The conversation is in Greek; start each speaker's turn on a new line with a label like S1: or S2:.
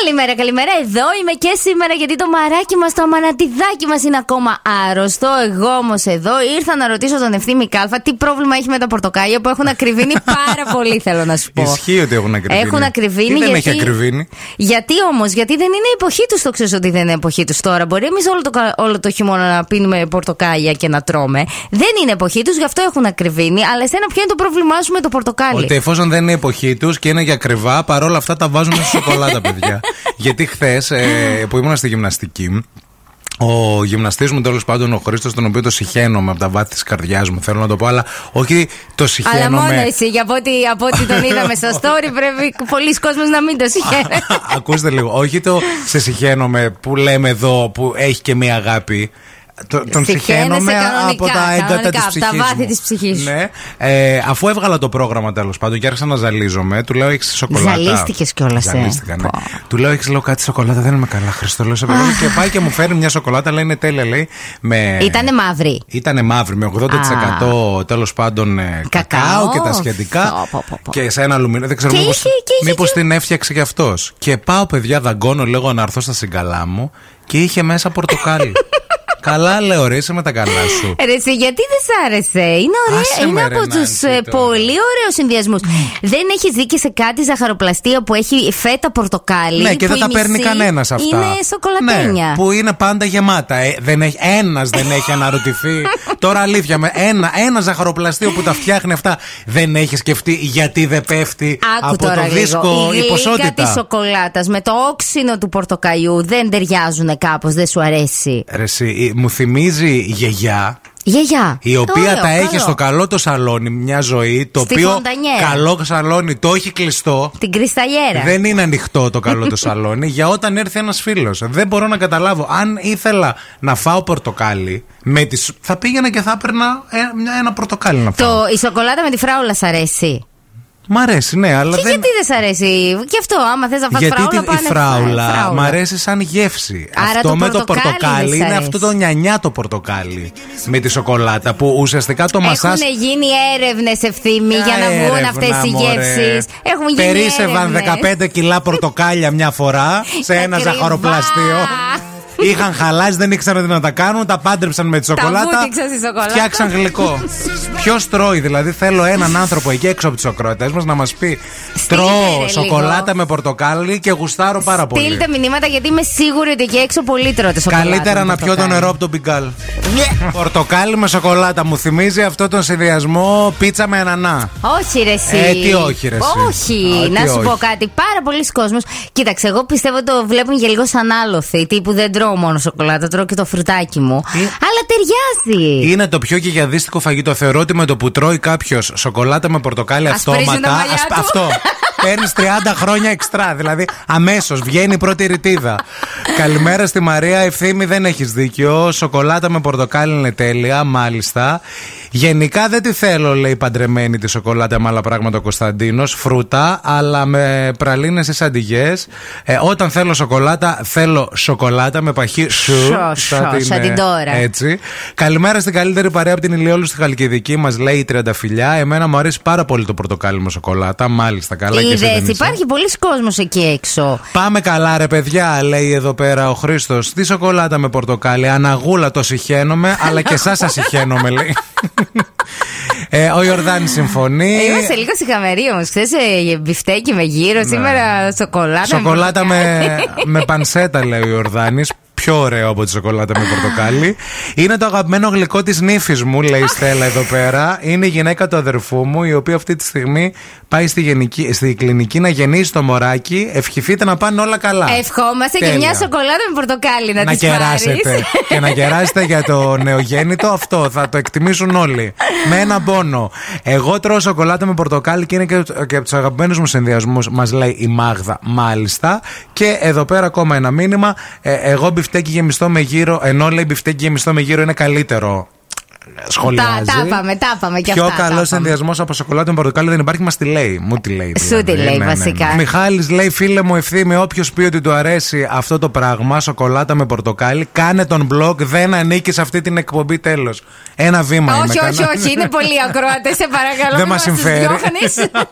S1: Καλημέρα, καλημέρα. Εδώ είμαι και σήμερα γιατί το μαράκι μας, το αμανατιδάκι μας είναι ακόμα άρρωστο. Εγώ όμως εδώ ήρθα να ρωτήσω τον ευθύνη Κάλφα τι πρόβλημα έχει με τα πορτοκάλια που έχουν ακριβήνει πάρα πολύ, θέλω να σου πω.
S2: Ισχύει ότι έχουν ακριβήνει.
S1: Έχουν ακριβήνει.
S2: Τι δεν
S1: γιατί...
S2: έχει ακριβήνει.
S1: Γιατί όμως, γιατί δεν είναι η εποχή τους, το ξέρεις ότι δεν είναι η εποχή τους τώρα. Μπορεί εμείς όλο, το, κα- όλο το χειμώνα να πίνουμε πορτοκάλια και να τρώμε. Δεν είναι η εποχή τους, γι' αυτό έχουν ακριβήνει. Αλλά εσένα ποιο είναι το πρόβλημά σου με το πορτοκάλι.
S2: Ότι εφόσον δεν είναι η εποχή τους και είναι για ακριβά, παρόλα αυτά τα βάζουν σε σοκολάτα, παιδιά. Γιατί χθες που ήμουν στη γυμναστική, ο γυμναστής μου, τέλος πάντων, ο Χρήστος, τον οποίο το συχαίνομαι από τα βάθη της καρδιάς μου, θέλω να το πω, αλλά όχι το
S1: Αλλά μόνο
S2: συχαίνομαι.
S1: εσύ, για από ό,τι, από ό,τι τον είδαμε στο story, πρέπει πολλοί κόσμοι να μην το συγχαίρουν.
S2: Ακούστε λίγο. Όχι το σε συχαίνομαι που λέμε εδώ που έχει και μία αγάπη. Το- Τον
S1: Συχαίνεσαι
S2: συχαίνομαι
S1: κανονικά,
S2: από τα έγκατα
S1: κανονικά,
S2: τη
S1: από τα
S2: ψυχής.
S1: βάθη της ψυχής σου.
S2: Ναι. Ε, αφού έβγαλα το πρόγραμμα τέλος πάντων και άρχισα να ζαλίζομαι, του λέω έχεις σοκολάτα.
S1: Ζαλίστηκες κιόλας, ε.
S2: Ζαλίστηκα, ναι.
S1: Πω.
S2: Του λέω έχεις λέω κάτι σοκολάτα, δεν είμαι καλά. Χριστό λέω σε παρακαλώ». Και πάει και μου φέρνει μια σοκολάτα, λέει είναι τέλεια, λέει. Με...
S1: Ήτανε μαύρη.
S2: Ήτανε μαύρη με 80% τέλος πάντων ε,
S1: Κακάο.
S2: κακάο και τα σχετικά.
S1: Πω, πω, πω, πω.
S2: Και σε ένα αλουμίνιο. Δεν ξέρω
S1: Και
S2: μήπως,
S1: είχε- και είχε
S2: μήπως
S1: και-
S2: την έφτιαξε κι αυτός. Και πάω, παιδιά, δαγκώνω λίγο να έρθω στα συγκαλά μου και είχε μέσα πορτοκάλι. Καλά, λέω, ρε, είσαι με τα καλά σου.
S1: Ε, Ρε, εσύ, γιατί δεν σ' άρεσε. Είναι, ωραία,
S2: Άσε
S1: είναι
S2: με,
S1: από
S2: ρε,
S1: του
S2: Νάνση, τώρα.
S1: πολύ ωραίους συνδυασμούς. Δεν έχει δει και σε κάτι ζαχαροπλαστεία που έχει φέτα πορτοκάλι.
S2: ναι, και
S1: που
S2: δεν
S1: η
S2: τα παίρνει
S1: μισή
S2: κανένας αυτά.
S1: Είναι σοκολατένια.
S2: Ναι, που είναι πάντα γεμάτα. Ε, δεν έχει, ένας δεν έχει αναρωτηθεί. Τώρα αλήθεια, με ένα, ένα ζαχαροπλαστείο που τα φτιάχνει αυτά δεν έχει σκεφτεί γιατί δεν πέφτει
S1: Άκου
S2: από
S1: τώρα
S2: το δίσκο
S1: λίγο.
S2: η ποσότητα.
S1: της σοκολάτας με το όξινο του πορτοκαλιού δεν ταιριάζουν κάπως, δεν σου αρέσει.
S2: Ρε, εσύ, η- μου θυμίζει η γιαγιά
S1: Γιαγιά.
S2: η οποία
S1: Ωραίο,
S2: τα έχει
S1: καλό.
S2: στο καλό το σαλόνι μια ζωή το
S1: Στη
S2: οποίο
S1: φοντανιέρα.
S2: καλό σαλόνι το έχει κλειστό
S1: Την κρυσταλιέρα.
S2: δεν είναι ανοιχτό το καλό το σαλόνι για όταν έρθει ένας φίλος. Δεν μπορώ να καταλάβω. Αν ήθελα να φάω πορτοκάλι, με τις... θα πήγαινα και θα έπαιρνα ε, μια- ένα πορτοκάλι να φάω.
S1: Το, η σοκολάτα με τη φράουλα σ' αρέσει.
S2: Μ' αρέσει, ναι, αλλά
S1: Και
S2: δεν.
S1: γιατί δεν σ' αρέσει. Και αυτό, άμα θες να φας
S2: Γιατί
S1: φράουλα,
S2: τη-
S1: πάνε
S2: η φράουλα,
S1: φράουλα.
S2: μ' αρέσει σαν γεύση.
S1: Άρα
S2: αυτό
S1: το
S2: με το
S1: πορτοκάλι
S2: πορτοκάλι
S1: δεν σ'
S2: είναι
S1: αρέσει.
S2: αυτό το νιανιά το πορτοκάλι. Με τη σοκολάτα που ουσιαστικά το μασά.
S1: Έχουν γίνει έρευνες ευθύμη για να βγουν αυτές οι γεύσεις. Έχουν γίνει
S2: Περίσευαν
S1: έρευνες.
S2: 15 κιλά πορτοκάλια μια φορά σε ένα
S1: Ακριβά.
S2: ζαχαροπλαστείο. Είχαν χαλάσει, δεν ήξεραν τι να τα κάνουν, τα πάντρεψαν με τη σοκολάτα.
S1: βούτυξαν στη σοκολάτα.
S2: Φτιάξαν γλυκό. Ποιο τρώει, δηλαδή θέλω έναν άνθρωπο εκεί έξω από του ακροατές μας να μας πει
S1: Στείλτε,
S2: Τρώω
S1: ρε,
S2: σοκολάτα με πορτοκάλι και γουστάρω πάρα πολύ.
S1: Στείλτε μηνύματα γιατί είμαι σίγουρη ότι εκεί έξω πολύ τρώτε σοκολάτα. με
S2: Καλύτερα να πιω το
S1: πορτοκάλι.
S2: νερό από τον μπιγκάλ. Πορτοκάλι με σοκολάτα. Μου θυμίζει αυτό τον συνδυασμό πίτσα με ανανά.
S1: Όχι, ρε εσύ.
S2: Ε, τι όχι, ρε εσύ.
S1: Όχι,
S2: Α, τι
S1: να σου
S2: όχι.
S1: πω κάτι. Πάρα πολλοί κόσμοι. Κοίταξε, εγώ πιστεύω το βλέπουν για λίγο σαν άλοθη. Τύπου δεν τρώω μόνο σοκολάτα, τρώω και το φρουτάκι μου. Αλλά ταιριάζει.
S2: Είναι το πιο κυγιαδίστικο φαγητό. Θεωρώ ότι με το που τρώει κάποιος σοκολάτα με πορτοκάλι
S1: Ας πρίζουν τα
S2: αυτόματα.
S1: μαλλιά του.
S2: αυτό. Παίρνεις 30 χρόνια εξτρά. Δηλαδή αμέσως βγαίνει η πρώτη ρητίδα. Καλημέρα στη Μαρία. Ευθύμη δεν έχεις δίκιο. Σοκολάτα με πορτοκάλι είναι τέλεια, μάλιστα. Γενικά δεν τη θέλω, λέει παντρεμένη τη σοκολάτα με άλλα πράγματα ο Κωνσταντίνος. Φρούτα, αλλά με πραλίνες ή σαντιγέ. Ε, όταν θέλω σοκολάτα, θέλω σοκολάτα με παχύ σου.
S1: Σο, σο, σαν την
S2: ε,
S1: τώρα.
S2: έτσι. Έτσι. Καλημέρα στην καλύτερη παρέα από την Ηλιόλου στη Χαλκιδική, μας λέει η Τριανταφυλιά. Εμένα μου αρέσει πάρα πολύ το πορτοκάλι με σοκολάτα. Μάλιστα, καλά και εσύ
S1: Είδες,
S2: δεν είσαι.
S1: υπάρχει πολλοί κόσμος εκεί έξω.
S2: Πάμε καλά, ρε παιδιά, λέει εδώ πέρα ο Χρήστος. Τι σοκολάτα με πορτοκάλι. Αναγούλα το συχαίνομαι, αλλά και εσάς σας συχαίνομαι, λέει. ε, ο Ιορδάνη συμφωνεί.
S1: Ε, Είμαστε λίγο συγχαμεροί όμω. Χθε ε, μπιφτέκι με γύρο, σήμερα σοκολάτα.
S2: Ναι. Σοκολάτα με,
S1: πορτοκάλι.
S2: με πανσέτα, λέει ο Ιορδάνης. Πιο ωραίο από τη σοκολάτα με πορτοκάλι. Είναι το αγαπημένο γλυκό της νύφης μου, λέει η Στέλλα εδώ πέρα. Είναι η γυναίκα του αδερφού μου, η οποία αυτή τη στιγμή πάει στη, γενική, στη κλινική να γεννήσει το μωράκι. Ευχηθείτε να πάνε όλα καλά.
S1: Ευχόμαστε και
S2: Τέλεια.
S1: μια σοκολάτα με πορτοκάλι να,
S2: Να
S1: της
S2: κεράσετε.
S1: πάρεις.
S2: και να κεράσετε για το νεογέννητο αυτό. Θα το εκτιμήσουν όλοι. Με ένα πόνο. Εγώ τρώω σοκολάτα με πορτοκάλι και είναι και, και από τους αγαπημένους μου συνδυασμούς, μας λέει η Μάγδα, μάλιστα. Και εδώ πέρα ακόμα ένα μήνυμα. Ε, εγώ μπιφτέκι γεμιστό με γύρο, ενώ λέει μπιφτέκι γεμιστό με γύρο είναι καλύτερο. Σχολιάζει.
S1: τα είπαμε, τα είπαμε και
S2: Πιο
S1: αυτά, τα
S2: καλός
S1: είπαμε.
S2: συνδυασμό από σοκολάτα με πορτοκάλι δεν υπάρχει, μας τη λέει. Μου τη λέει. δηλαδή. Ναι,
S1: Σου τη λέει, βασικά.
S2: Μιχάλης λέει, φίλε μου, ευθύμη, όποιος πει ότι του αρέσει αυτό το πράγμα, σοκολάτα με πορτοκάλι, κάνε τον blog, δεν ανήκει σε αυτή την εκπομπή τέλος. Ένα βήμα
S1: όχι,
S2: είμαι,
S1: όχι,
S2: κανένα.
S1: όχι, είναι πολύ ακροατές, σε παρακαλώ.
S2: Δεν
S1: μην
S2: μας
S1: μας τους
S2: συμφέρει.
S1: διώχνεις.